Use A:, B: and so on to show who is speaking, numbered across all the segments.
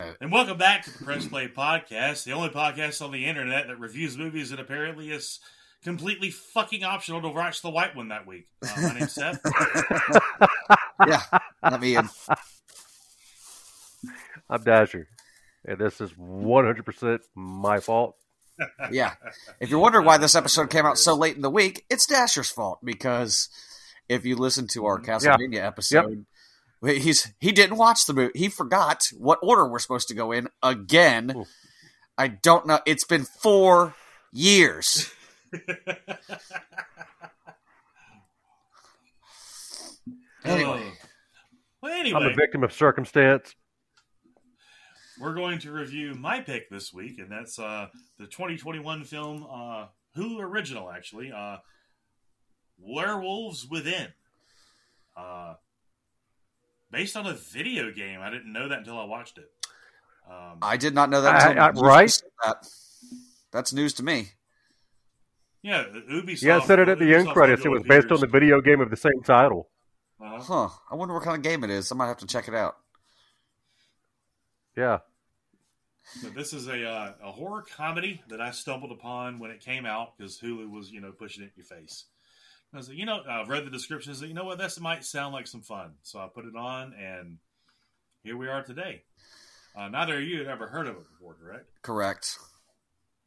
A: it.
B: And welcome back to the Press Play Podcast, the only podcast on the internet that reviews movies that apparently is completely fucking optional to watch the white one that week. Uh, my name's Seth.
A: yeah, let me in.
C: I'm Dasher, and this is 100% my fault.
A: Yeah. If you're wondering why this episode came out so late in the week, it's Dasher's fault because if you listen to our Castlevania episode, he's he didn't watch the movie. He forgot what order we're supposed to go in again.
C: Oof.
A: I don't know. It's been four years. Anyway.
B: Oh. Well,
C: I'm
B: anyway,
C: a victim of circumstance.
B: we're going to review my pick this week, and that's uh, the 2021 film, uh, Hulu original, actually, uh, Werewolves Within. Uh, based on a video game. I didn't know that until I watched it. Um,
A: I did not know that. Until
C: I- I- right?
A: said that. That's news to me.
B: yeah, Ubisoft.
C: Yeah, I said it at the end
B: Ubisoft
C: credits. It
B: Digital
C: was based on
B: Features.
C: the video game of the same title.
B: Uh-huh.
A: Huh. I wonder what kind of game it is. I might have to check it out.
C: Yeah.
B: So this is a uh, a horror comedy that I stumbled upon when it came out because Hulu was you know pushing it in your face. I was like, you know, I read the description. I was like, you know what, this might sound like some fun. So I put it on, and here we are today. Uh, neither of you had ever heard of it before, correct?
A: Correct.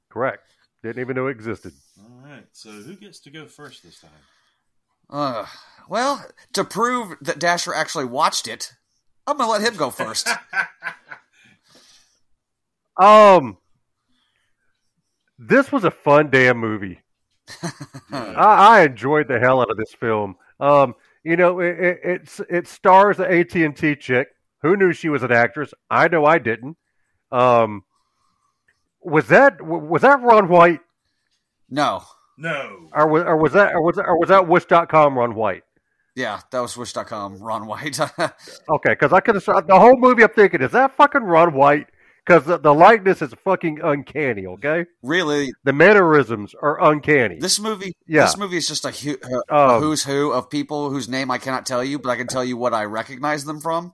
C: Correct. Didn't even know it existed.
B: All right. So who gets to go first this time?
A: Uh, well, to prove that Dasher actually watched it, I'm going to let him go first.
C: Um, this was a fun damn movie.
B: Yeah.
C: I, I enjoyed the hell out of this film. Um, you know, it, it, it's it stars the AT and T chick. Who knew she was an actress? I know I didn't. Um, was that w- was that Ron White
A: no.
B: no.
C: or was or was that or was that, or was that Wish.com Ron White?
A: Yeah, that was Wish.com, Ron White.
C: Okay, because I could have the whole movie. I'm thinking, is that fucking Ron White? Because the, the likeness is fucking uncanny. Okay,
A: really,
C: the mannerisms are uncanny.
A: this movie
C: Yeah.
A: this movie is just a, hu- a
C: Um,
A: who's who of people whose name I cannot tell you, but I can tell you what I recognize them from.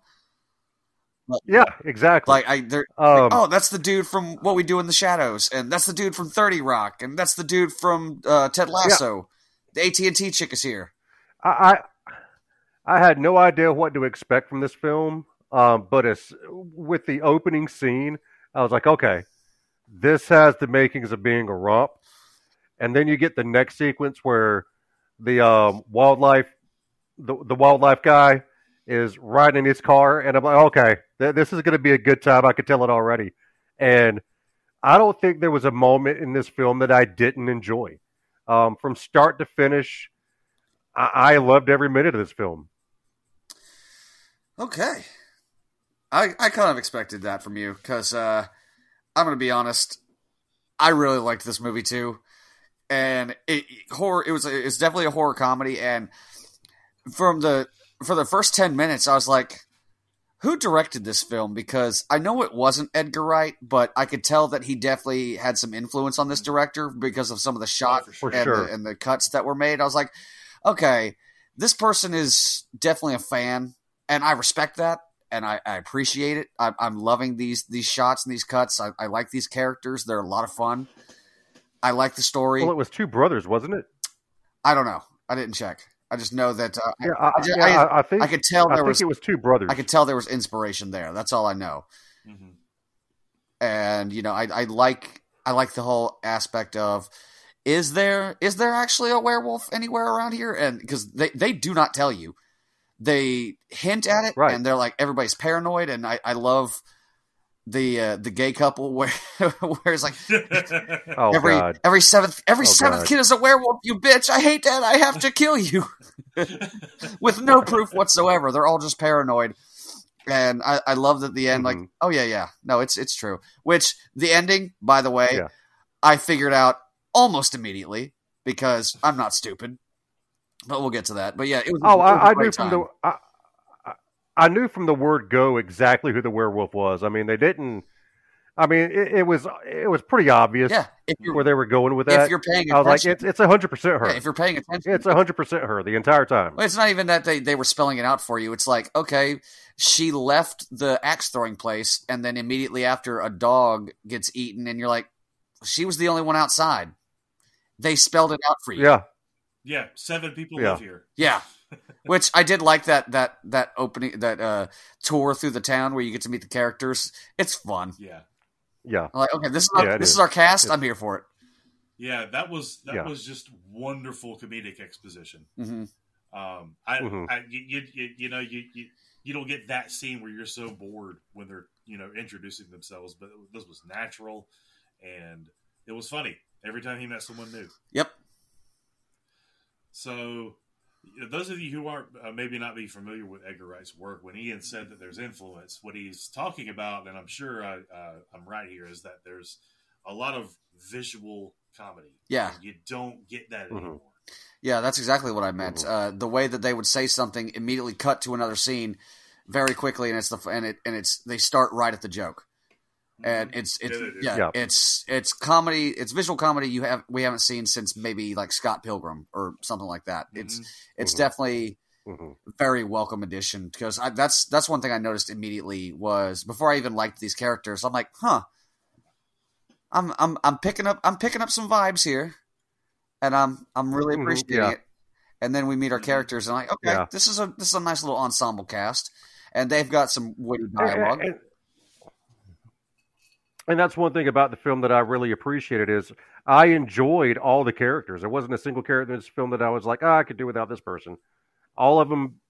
C: yeah, exactly.
A: Like I they're
C: um,
A: oh, that's the dude from What We Do in the Shadows, and that's the dude from 30 Rock, and that's the dude from uh, Ted Lasso. The AT&T chick is here.
C: I, I I had no idea what to expect from this film, um, but it's with the opening scene, I was like, okay, this has the makings of being a romp, and then you get the next sequence where the um, wildlife, the the wildlife guy is riding in his car, and I'm like, okay, th- this is going to be a good time. I could tell it already, and I don't think there was a moment in this film that I didn't enjoy, um, from start to finish. I, I loved every minute of this film.
A: Okay. I I kind of expected that from you because uh, I'm going to be honest. I really liked this movie too, and it horror. It was it's definitely a horror comedy, and from the for the first ten minutes, I was like, "Who directed this film?" Because I know it wasn't Edgar Wright, but I could tell that he definitely had some influence on this director because of some of the shot
B: for
C: For
A: and,
C: sure.
A: the, and the cuts that were made. I was like, okay, this person is definitely a fan, and I respect that, and I, I appreciate it. I, I'm loving these these shots and these cuts. I, I like these characters; they're a lot of fun. I like the story.
C: Well, it was two brothers, wasn't it?
A: I don't know. I didn't check. I just know that uh,
C: Yeah, I,
A: I ju-
C: yeah, I- I think
A: I, I could tell
C: I
A: there
C: think
A: was
C: it was two brothers.
A: I could tell there was inspiration there. That's all I know.
B: Mhm.
A: And you know, I, I like I like the whole aspect of is there is there actually a werewolf anywhere around here? And because they they do not tell you, they hint at it,
C: Right.
A: and they're like everybody's paranoid. And I I love the uh, the gay couple where where it's like
B: Mm-hmm.
C: oh
A: every
C: god,
A: every seventh every
C: Oh,
A: seventh
C: God.
A: kid is a werewolf. You bitch! I hate that. I have to kill you with no proof whatsoever. They're all just paranoid. And I, I love that the end, like,
C: Mhm.
A: oh yeah, yeah, no, it's it's true. Which the ending, by the way,
C: Yeah.
A: I figured out almost immediately because I'm not stupid. But we'll get to that. But yeah, it was.
C: oh,
A: it was a
C: I, I
A: great
C: knew from
A: time.
C: the I, I- I knew from the word go exactly who the werewolf was. I mean, they didn't I mean, it, it was it was pretty obvious
A: Yeah, if you're
C: where they were going with that.
A: if you're paying
C: I was like,
A: attention,
C: it's it's hundred percent her.
A: yeah, if you're paying attention,
C: it's hundred percent her the entire time.
A: Well, it's not even that they, they were spelling it out for you. It's like, okay, she left the axe throwing place, and then immediately after, a dog gets eaten, and you're like, she was the only one outside. They spelled it out for you.
C: Yeah,
B: Yeah, seven people
C: Yeah.
B: live here.
A: Yeah. Which I did like that that that opening that uh, tour through the town where you get to meet the characters. It's fun.
B: Yeah,
C: yeah.
A: I'm like, okay, this is our,
C: Yeah, it
A: this is.
C: is.
A: our cast.
C: It's-
A: I'm here for
B: yeah. That was that
C: Yeah.
B: was just wonderful comedic exposition.
A: it. hmm
B: Um, I,
C: Mhm.
B: I you, you- you, you know, you, you you don't get that scene where you're so bored when they're you know introducing themselves, but this was natural, and it was funny every time he met someone new.
A: Yep.
B: So, those of you who aren't uh, maybe not be familiar with Edgar Wright's work, when Ian said that there's influence, what he's talking about, and I'm sure I, uh, I'm right here, is that there's a lot of visual comedy.
A: Yeah.
B: And you don't get that
C: Mhm.
B: anymore.
A: Yeah, that's exactly what I meant. Uh, the way that they would say something, immediately cut to another scene, very quickly, and it's the and it and it's they start right at the joke, and it's it's
B: Mm-hmm. Yeah, they do.
A: yeah,
C: Yeah.
A: it's it's comedy, it's visual comedy. You have we haven't seen since maybe like Scott Pilgrim or something like that. It's
B: Mhm.
A: it's
C: Mhm.
A: definitely
C: hmm
A: a very welcome addition because I, that's that's one thing I noticed immediately was before I even liked these characters, I'm like, huh, I'm I'm I'm picking up I'm picking up some vibes here, and I'm I'm really
C: Mhm,
A: appreciating
C: yeah. Mm-hmm.
A: it. And then we meet our
B: Mhm.
A: characters, and I'm like, okay,
C: Yeah.
A: this is a this is a nice little ensemble cast, and they've got some witty
C: Eh,
A: dialogue.
C: uh, And, and that's one thing about the film that I really appreciated is I enjoyed all the characters. There wasn't a single character in this film that I was like, ah, I could do without this person. All of them,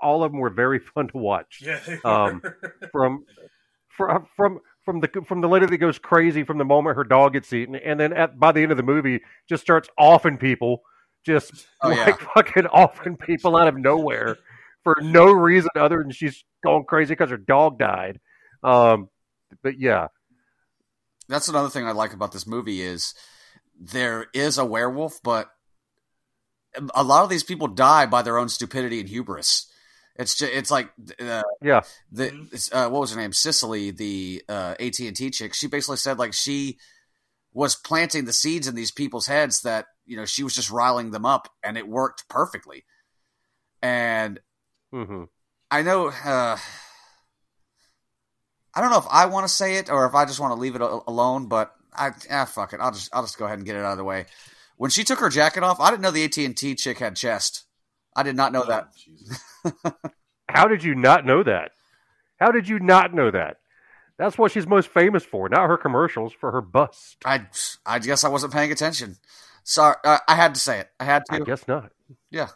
C: all of them were very fun to watch.
B: Yeah. they
C: Um,
B: were.
C: From, from, from, from the from the lady that goes crazy from the moment her dog gets eaten, and then at by the end of the movie, just starts offing people, just
A: Oh, yeah.
C: like fucking offing people out of nowhere for no reason other than she's going crazy because her dog died. Um, but yeah,
A: That's another thing I like about this movie is there is a werewolf, but a lot of these people die by their own stupidity and hubris. It's just, it's like uh,
C: Yeah.
A: the
B: Mhm.
A: it's, uh, what was her name Sicily the uh, AT and T chick she basically said like she was planting the seeds in these people's heads that you know she was just riling them up and it worked perfectly and Mm-hmm.
C: hmm
A: I know. Uh, I don't know if I want to say it or if I just want to leave it a- alone, but I ah, fuck it. I'll just I'll just go ahead and get it out of the way. When she took her jacket off, I didn't know the AT and T chick had chest. I did not know
B: Oh,
A: that.
B: Jesus.
C: How did you not know that? How did you not know that? That's what she's most famous for, not her commercials, for her bust.
A: I I guess I wasn't paying attention. Sorry, uh, I had to say it. I had
C: I
A: to.
C: guess not.
A: Yeah.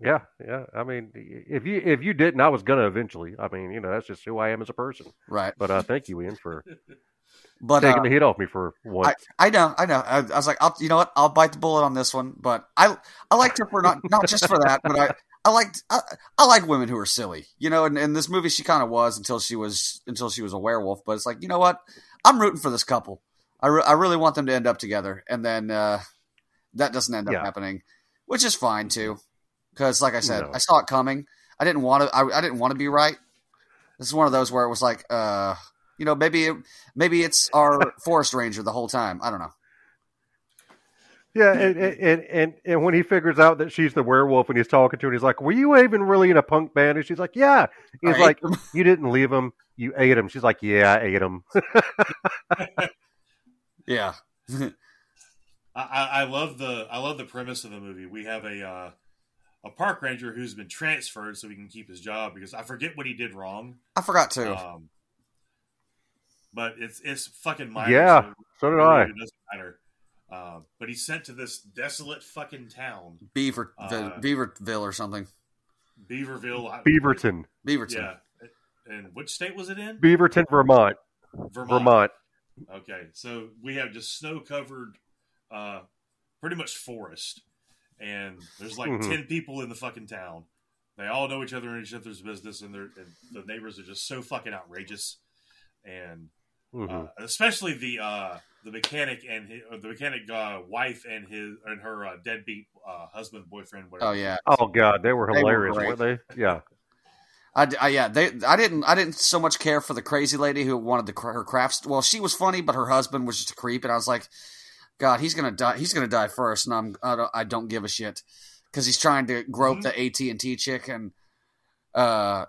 C: Yeah, yeah. I mean, if you if you didn't, I was gonna eventually. I mean, you know, that's just who I am as a person.
A: Right,
C: But uh, thank you, Ian, for
A: but uh,
C: taking the heat off me for once.
A: I know, I know. I, I was like, I'll, you know what? I'll bite the bullet on this one, but I I liked her for not not just for that, but I I liked I, I like women who are silly, you know. And in this movie, she kind of was until she was until she was a werewolf. But it's like, you know what? I'm rooting for this couple. I re- I really want them to end up together, and then uh, that doesn't end up
C: Yeah.
A: happening, which is fine too, because like I said,
C: No.
A: I saw it coming. I didn't want to. I, I didn't want to be right. This is one of those where it was like, uh, you know, maybe it, maybe it's our forest ranger the whole time. I don't know.
C: Yeah, and, and and- and and when he figures out that she's the werewolf, when he's talking to her, and he's like, "Were you even really in a punk band?" And she's like, "Yeah." He's
A: I
C: like, "You didn't leave him. You ate him." She's like, "Yeah, I ate him."
A: Yeah.
B: I, I I love the I love the premise of the movie. We have a uh, a park ranger who's been transferred so he can keep his job because I forget what he did wrong.
A: I forgot to.
C: Uh,
B: Um, but it's it's fucking minor.
C: Yeah,
B: so
C: So
B: it
C: did
B: really
C: I.
B: doesn't matter. Um, but he's sent to this desolate fucking town,
A: Beaver
B: uh,
A: Beaverville or something.
B: Beaverville. I-
C: Beaverton,
A: Beaverton.
B: Yeah. And which state was it in?
C: Beaverton, Vermont, Vermont.
B: Okay, so we have just snow covered, uh, pretty much forest, and there's like
C: Mhm.
A: Mm-hmm.
B: ten people in the fucking town. They all know each other and each other's business, and, they're- and the neighbors are just so fucking outrageous. And
C: Mhm.
B: uh,
A: Mm-hmm.
B: especially the uh, the mechanic and his, the mechanic uh, wife and his and her uh, deadbeat uh, husband boyfriend. Whatever.
A: Oh yeah.
C: Oh God, they were
A: They were
C: hilarious,
A: great.
C: weren't they? Yeah,
A: I, I yeah they I didn't I didn't so much care for the crazy lady who wanted the cra- her crafts. Well, she was funny, but her husband was just a creep, and I was like, God, he's gonna die. He's gonna die first, and I'm I don't, I don't give a shit because he's trying to grope
B: Mhm.
A: the AT and T chick, and uh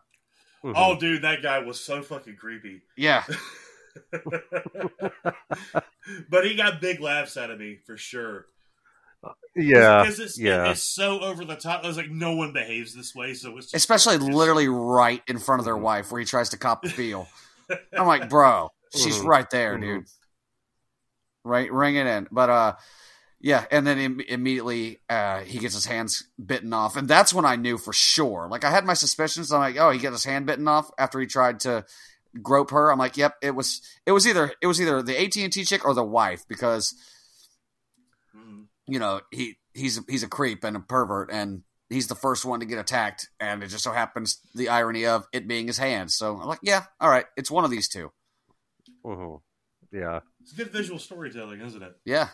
C: Mhm.
B: Oh, dude, that guy was so fucking creepy.
A: yeah
B: but he got big laughs out of me for sure.
C: yeah,
B: because it's,
C: yeah.
B: it's so over the top. I was like, no one behaves this way, so it's just
A: especially
B: it's-
A: literally right in front of their wife where he tries to cop the feel. I'm like, bro, she's
C: Mhm.
A: right there,
C: Mhm.
A: dude. Right, ring it in. But uh, yeah, and then Im- immediately uh, he gets his hands bitten off, and that's when I knew for sure. Like I had my suspicions. I'm like, oh, he got his hand bitten off after he tried to grope her. I'm like, yep, it was it was either it was either the AT and T chick or the wife because
B: Mhm.
A: you know he he's he's a creep and a pervert and he's the first one to get attacked and it just so happens the irony of it being his hand so i'm like yeah all right it's one of these two
C: Mhm. yeah,
B: It's good visual storytelling, isn't it?
A: yeah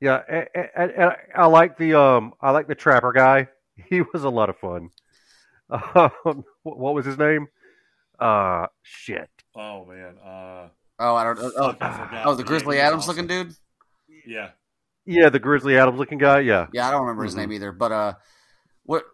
C: yeah. And, and, and I- I like the um, I like the trapper guy. He was a lot of fun. Um, what what was his name? Uh, shit.
B: Oh man, uh,
A: oh i don't oh,
B: fuck,
A: oh,
B: I forgot.
A: oh the
B: Yeah,
A: grizzly
B: he was
A: adams
B: awesome.
A: looking dude
B: Yeah,
C: Yeah, the Grizzly Adams looking guy. Yeah,
A: yeah i don't remember his
C: Mhm.
B: Mm-hmm.
A: name either but uh what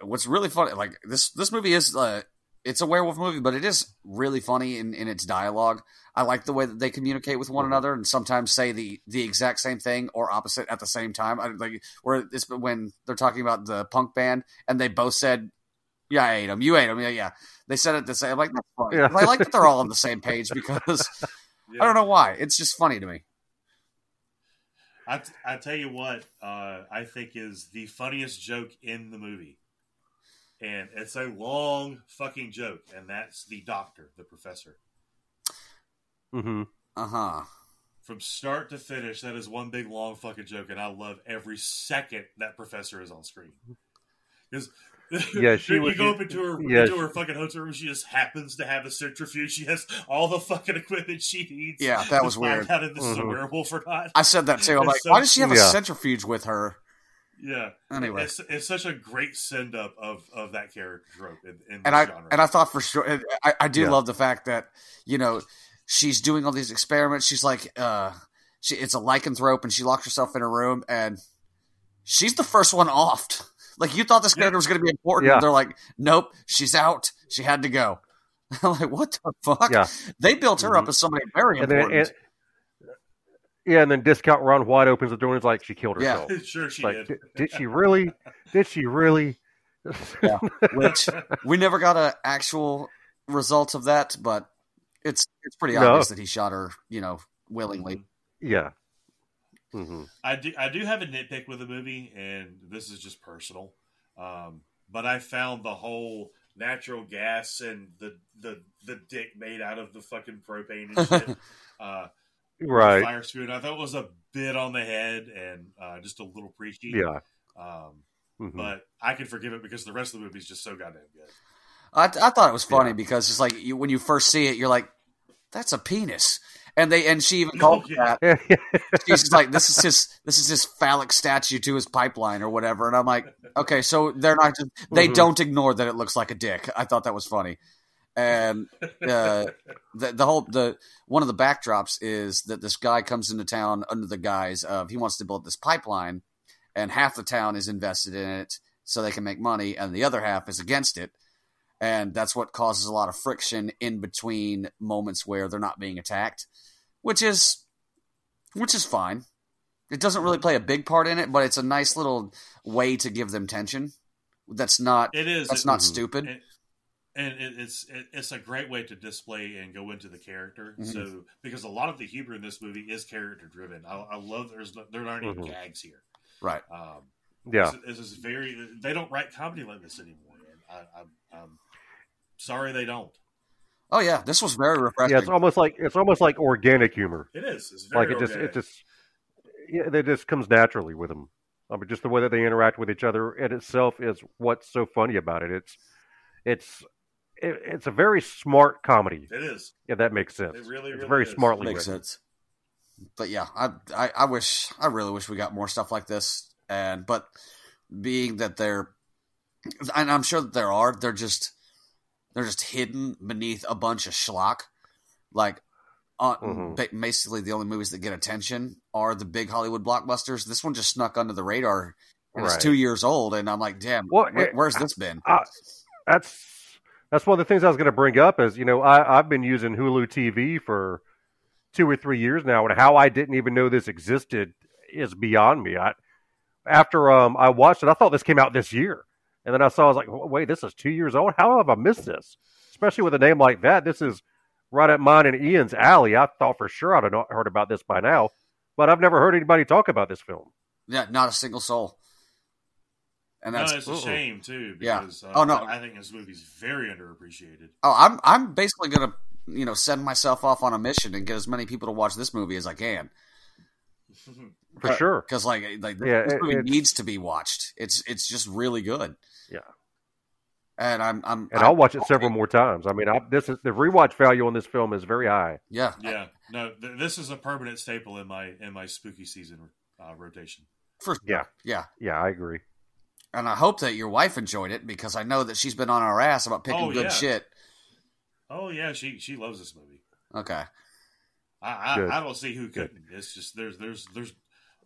A: what's really funny like this this movie is uh it's a werewolf movie but it is really funny in, in its dialogue i like the way that they communicate with one
B: Mm-hmm.
C: Mhm.
A: another and sometimes say the the exact same thing or opposite at the same time I, like where it's when they're talking about the punk band and they both said yeah i ate him you ate him yeah yeah they said it the same I'm like that's funny
C: Yeah.
A: But i like that they're all on the same page because
B: yeah.
A: i don't know why it's just funny to me
B: I, t- I tell you what, uh, I think is the funniest joke in the movie, and it's a long fucking joke, and that's the doctor, the professor.
C: hmm
A: uh-huh
B: From start to finish, that is one big long fucking joke, and I love every second that professor is on screen. 'Cause-
C: Yeah, she
B: you
C: was-
B: go up into her
C: yeah,
B: into her fucking hotel room. She just happens to have a centrifuge. She has all the fucking equipment she needs.
A: Yeah, that
B: to
A: was
B: find
A: weird.
B: Out if this is a
C: Mhm.
B: werewolf or not?
A: i said that too i'm
B: It's
A: like
B: so-
A: why does she have a
C: Yeah.
A: centrifuge with her
B: Yeah,
A: anyway
B: It's, it's such a great send up of, of that character trope in, in this
A: and I
B: genre.
A: and I thought for sure. and I, I do
C: Yeah.
A: love the fact that you know she's doing all these experiments. She's like, uh, she it's a lycanthrope, and she locks herself in a room, and she's the first one offed. Like you thought this character was going to be important.
C: Yeah.
A: They're like, nope, she's out. She had to go. I'm like, what the fuck?
C: Yeah. Mm-hmm.
A: They built her up as somebody very
C: And
A: important.
C: then, and, yeah, and then discount Ron White opens the door and is like, "She killed
A: Yeah.
C: herself."
B: sure, she
C: like,
B: did.
C: did. did she really? Did she really?
A: which we never got an actual result of that, but it's it's pretty
C: No.
A: obvious that he shot her, you know, willingly.
C: yeah. hmm
B: I do. I do have a nitpick with the movie, and this is just personal. Um, but I found the whole natural gas and the the the dick made out of the fucking propane and shit, uh,
C: Right.
B: fire spoon. I thought was a bit on the head and uh, just a little preachy.
C: Yeah.
B: Um,
C: Mhm.
B: But I can forgive it because the rest of the movie is just so goddamn good.
A: I, I thought it was funny
C: Yeah.
A: because it's like you, when you first see it, you're like, "That's a penis," and they and she even
B: No,
A: called it
B: yeah.
A: that. She's just like, "This is his this is his phallic statue to his pipeline or whatever." And I'm like, "Okay, so they're not just, they
C: Mhm.
A: don't ignore that it looks like a dick." I thought that was funny, and uh, the the whole the one of the backdrops is that this guy comes into town under the guise of he wants to build this pipeline, and half the town is invested in it so they can make money, and the other half is against it and that's what causes a lot of friction in between moments where they're not being attacked, which is which is fine. It doesn't really play a big part in it, but it's a nice little way to give them tension. That's not
B: It is.
A: that's
B: it-
A: not
C: Mhm.
A: stupid.
B: and, and it, it's it, it's a great way to display and go into the character.
C: Mm-hmm.
A: Mhm.
B: So because a lot of the humor in this movie is character driven. I, I love there's no, there aren't
C: Mhm.
B: any gags here.
A: right.
B: Um,
C: yeah.
B: this, this is very they don't write comedy like this anymore. And I, I'm, I'm sorry they don't.
A: Oh yeah, this was very refreshing.
C: Yeah. It's almost like it's almost like organic humor.
B: It is. It's very
C: Like it just it
B: organic.
C: just yeah, it just comes naturally with them. I mean, just the way that they interact with each other in itself is what's so funny about it. It's it's it, it's a very smart comedy.
B: It is.
C: If that makes sense.
B: It really,
C: it's
B: really
C: very
B: is.
C: smartly
A: Makes
C: written.
A: sense. But yeah, I, I I wish I really wish we got more stuff like this. And but being that they're, and I'm sure that there are, they're just They're just hidden beneath a bunch of schlock. Like, uh,
C: Mhm.
A: ba- basically, the only movies that get attention are the big Hollywood blockbusters. This one just snuck under the radar. And
C: Right.
A: It's two years old, and I'm like, damn,
C: Well,
A: wh-
C: it-
A: where's this been?
C: that's that's one of the things I was going to bring up is you know I I've been using Hulu TV for two or three years now, and how I didn't even know this existed is beyond me. I after um I watched it, I thought this came out this year, and then I saw I was like, wait, this is two years old. How have I missed this? Especially with a name like that, this is right up mine and Ian's alley. I thought for sure I'd have not heard about this by now, but I've never heard anybody talk about this film.
A: Yeah, not a single soul. And that's
B: no, it's a
C: uh-uh.
B: shame too.
A: Yeah.
B: Because, uh,
A: Oh, no.
B: I think this movie's very underappreciated.
A: oh, I'm I'm basically gonna you know send myself off on a mission and get as many people to watch this movie as I can
C: For
A: Uh,
C: sure,
A: because like like this,
C: Yeah,
A: this
C: it-
A: movie
C: it's-
A: needs to be watched. It's it's just really good.
C: Yeah.
A: and I'm I'm,
C: and
A: I'm-
C: I'll watch it several more times. I mean, I, this is the rewatch value on this film is very high.
A: yeah
B: yeah, no, th- this is a permanent staple in my in my spooky season uh, rotation.
A: for
C: Yeah.
A: yeah.
C: Yeah, I agree.
A: And I hope that your wife enjoyed it because I know that she's been on our ass about picking
B: Oh,
A: good
B: yeah.
A: shit.
B: Oh yeah, she she loves this movie.
A: Okay,
B: I
C: Good.
B: I, I don't see who
C: Good.
B: couldn't. It's just there's there's there's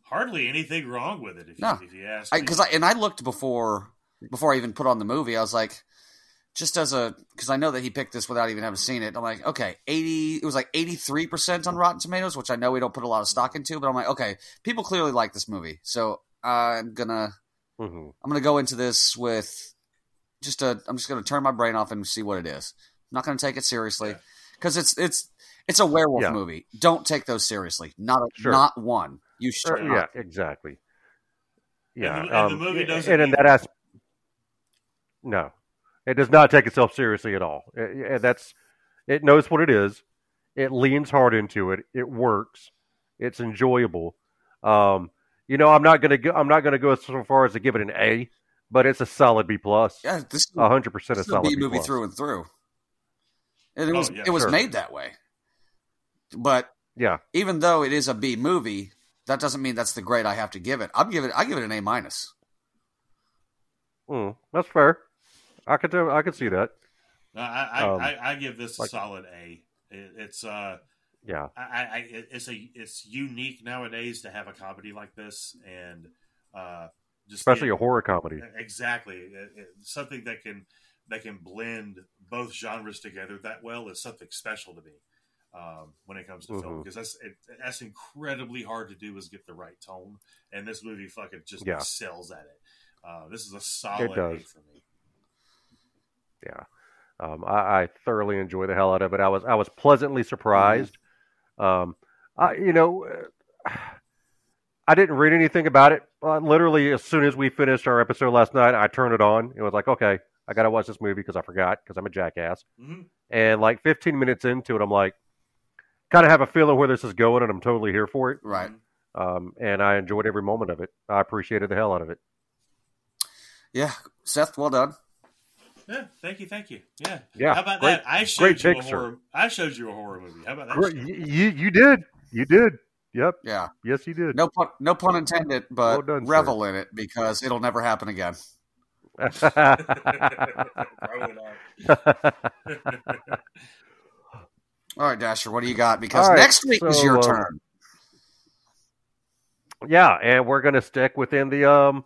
B: hardly anything wrong with it if
A: No.
B: you, if you ask me.
A: because I, and I looked before before I even put on the movie. I was like, just as a because I know that he picked this without even having seen it. I'm like, okay, eighty. It was like eighty three percent on Rotten Tomatoes, which I know we don't put a lot of stock into. But I'm like, okay, people clearly like this movie, so I'm gonna
C: hmm
A: I'm gonna go into this with just a I'm just gonna turn my brain off and see what it is. I'm not gonna take it seriously
B: Yeah.
A: because it's it's it's a werewolf
C: Yeah.
A: movie. Don't take those seriously. Not a,
C: Sure.
A: not one. You should.
C: Sure,
A: not.
C: yeah, exactly. Yeah,
B: And the- and the movie doesn't
C: and in that
B: either.
C: aspect, no, it does not take itself seriously at all. It- it- that's it knows what it is. It leans hard into it. It works. It's enjoyable. Um, you know, I'm not gonna go. I'm not gonna go so far as to give it an A, but it's a solid B plus.
A: Yeah, this is
C: A hundred percent a
A: It's a
C: solid
A: B
C: B
A: movie
C: plus.
A: through and through. And it
B: Oh,
A: was
B: yeah,
A: it was
C: sure.
A: made that way. But
C: Yeah,
A: even though it is a B movie, that doesn't mean that's the grade I have to give it. I'm giving I give it an A minus.
C: Mm, that's fair. I could do, I could see that.
B: I I,
C: Um,
B: I, I give this
C: like-
B: a solid A. It, it's uh
C: Yeah,
B: I, I I- it's a it's unique nowadays to have a comedy like this and uh just the-
C: especially a horror comedy.
B: E, Exactly, It- it- something that can that can blend both genres together that well is something special to me um, when it comes to film
C: Mhm.
B: because that's it, that's incredibly hard to do is get the right tone, and this movie fucking just
C: Yeah.
B: excels at it. Uh, this is a solid
C: does.
B: A for me.
C: yeah. Um, I, I thoroughly enjoy the hell out of it. I was I was pleasantly
B: Mm-hmm.
C: surprised. Um, I you know, uh, I didn't read anything about it. Uh, literally, as soon as we finished our episode last night, I turned it on. It was like, okay, I got to watch this movie because I forgot because I'm a jackass.
B: hmm
C: And like 15 minutes into it, I'm like, kind of have a feeling where this is going, and I'm totally here for it.
B: Mm-hmm.
A: Right.
C: Um, and I enjoyed every moment of it. I appreciated the hell out of it.
A: Yeah. Seth, well done.
B: Yeah. Thank you. Thank you. Yeah.
C: Yeah,
B: How about
C: great-
B: that? I showed
C: great
B: you
C: picture.
B: a horror. I showed you a horror movie. How about that?
C: Great. You, you you did. You did. Yep.
A: Yeah.
C: Yes, you did.
A: No pun no pun intended, but
C: Well done, sir.
A: revel in it because it'll never happen again.
B: Probably not.
A: All right, Dasher, what do you got? Because
C: All right,
A: next week is
C: so,
A: your
C: uh,
A: turn.
C: yeah, and we're gonna stick within the um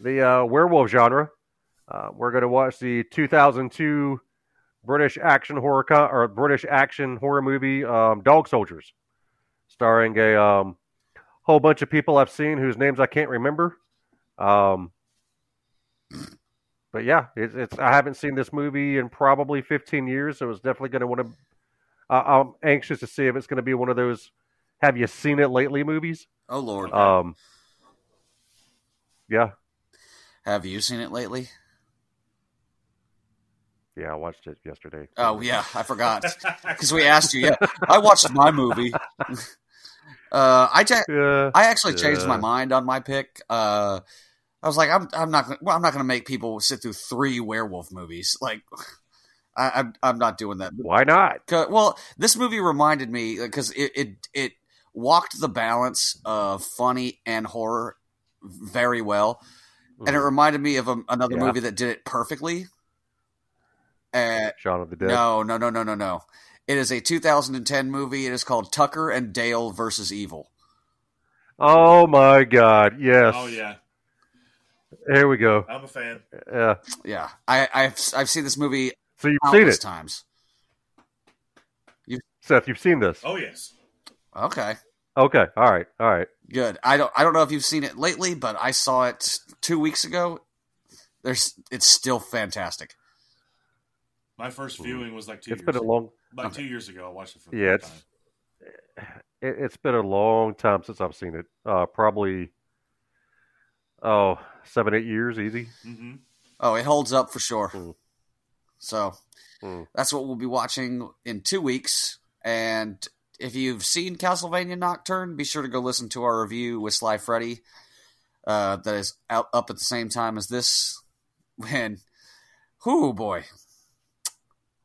C: the uh, werewolf genre. Uh, we're gonna watch the 2002 British action horror co- or British action horror movie um, Dog Soldiers, starring a um, whole bunch of people I've seen whose names I can't remember. Um, but yeah, it's, it's I haven't seen this movie in probably 15 years, so it's definitely gonna want to. I I'm anxious to see if it's gonna be one of those "Have you seen it lately?" movies.
A: Oh Lord.
C: Um, yeah,
A: Have you seen it lately?
C: yeah, I watched it yesterday.
A: Oh yeah, I forgot. Because we asked you, yeah. I watched my movie. uh I ta-
C: yeah,
A: I actually changed
C: Yeah.
A: my mind on my pick. Uh, I was like, I'm, I'm not, gonna, well, I'm not going to make people sit through three werewolf movies. Like, I, I'm, I'm not doing that.
C: why not?
A: 'Cause- Well, this movie reminded me because it, it, it walked the balance of funny and horror very well, and it reminded me of a, another
C: Mm-hmm. Yeah.
A: movie that did it perfectly. Uh,
C: Shaun of the Dead.
A: no, no, no, no, no, no. It is a 2010 movie. It is called Tucker and Dale versus Evil.
C: Oh my God! Yes.
B: Oh yeah,
C: Here we go.
B: I'm a fan.
C: Yeah.
A: Yeah, I, I've I've seen this movie
C: So you've seen
A: countless
C: it,
A: times.
C: Seth? You've seen this?
B: Oh yes,
A: Okay,
C: Okay. All right. All right.
A: good. I don't I don't know if you've seen it lately, but I saw it two weeks ago. There's it's still fantastic.
B: my first
C: Mhm.
B: viewing was like 2
C: It's
B: years.
C: been a long.
B: like
A: okay.
B: two years ago. I watched it for the
C: Yeah,
B: first
C: it's
B: time.
C: it, it's been a long time since I've seen it. Uh, probably oh seven eight years easy.
B: Mm-hmm.
A: Oh, it holds up for sure.
C: Mm.
A: So
C: Mm.
A: that's what we'll be watching in two weeks. And if you've seen Castlevania Nocturne, be sure to go listen to our review with Sly Freddy. Uh, that is out, up at the same time as this. When, whoo boy,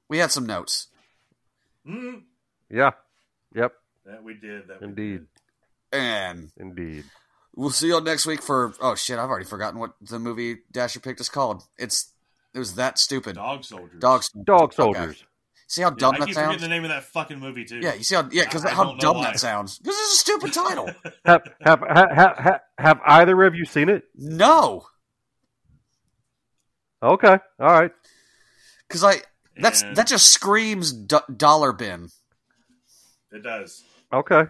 A: we had some notes.
B: Mm-hmm.
C: Yeah. Yep.
B: That we did. That
C: Indeed.
A: And
C: Indeed.
A: we'll see y'all next week for oh shit, I've already forgotten what the movie Dasher picked is called. It's it was that
B: We did.
A: stupid.
B: Dog soldiers.
A: Dog.
C: Dog
A: Okay.
C: soldiers.
A: See how
B: Yeah,
A: dumb
B: I
A: that
B: keep forgetting
A: sounds.
B: the name of that fucking movie too.
A: Yeah, you see how yeah, because
B: I- I
A: how
B: don't know
A: dumb
B: why.
A: that sounds. Because it's a stupid title.
C: Have, have have have have either of you seen it?
A: no,
C: Okay. All right.
A: because I that's
B: And
A: that just screams do- dollar bin.
B: it does.
C: Okay.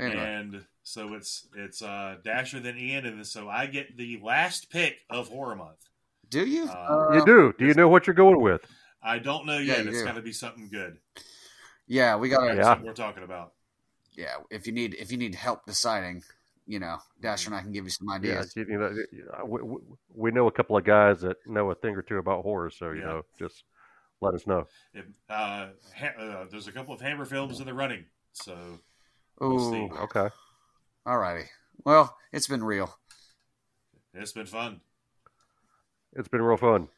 A: Anyway,
B: And so it's it's uh, Dasher than Ian, and so I get the last pick of horror month.
A: do you?
B: Uh,
A: Uh,
C: You do. Do you know what you're going with?
B: I don't know
A: Yeah,
B: yet.
A: you
B: it's
A: do.
B: got to be something good.
A: yeah, we got. to
C: Yeah.
B: Something we're talking about.
A: Yeah, if you need if you need help deciding, you know, Dasher and I can give you some
C: Yeah.
A: ideas.
C: You, you know, you- uh, we, we- we know a couple of guys that know a thing or two about horror, so you
B: Yeah.
C: know, just let us know.
B: If, uh, ha- uh, there's a couple of Hammer films in the running, so we'll
A: Ooh,
B: see.
C: Okay.
A: alrighty. Well, it's been real.
B: it's been fun.
C: It's been real fun.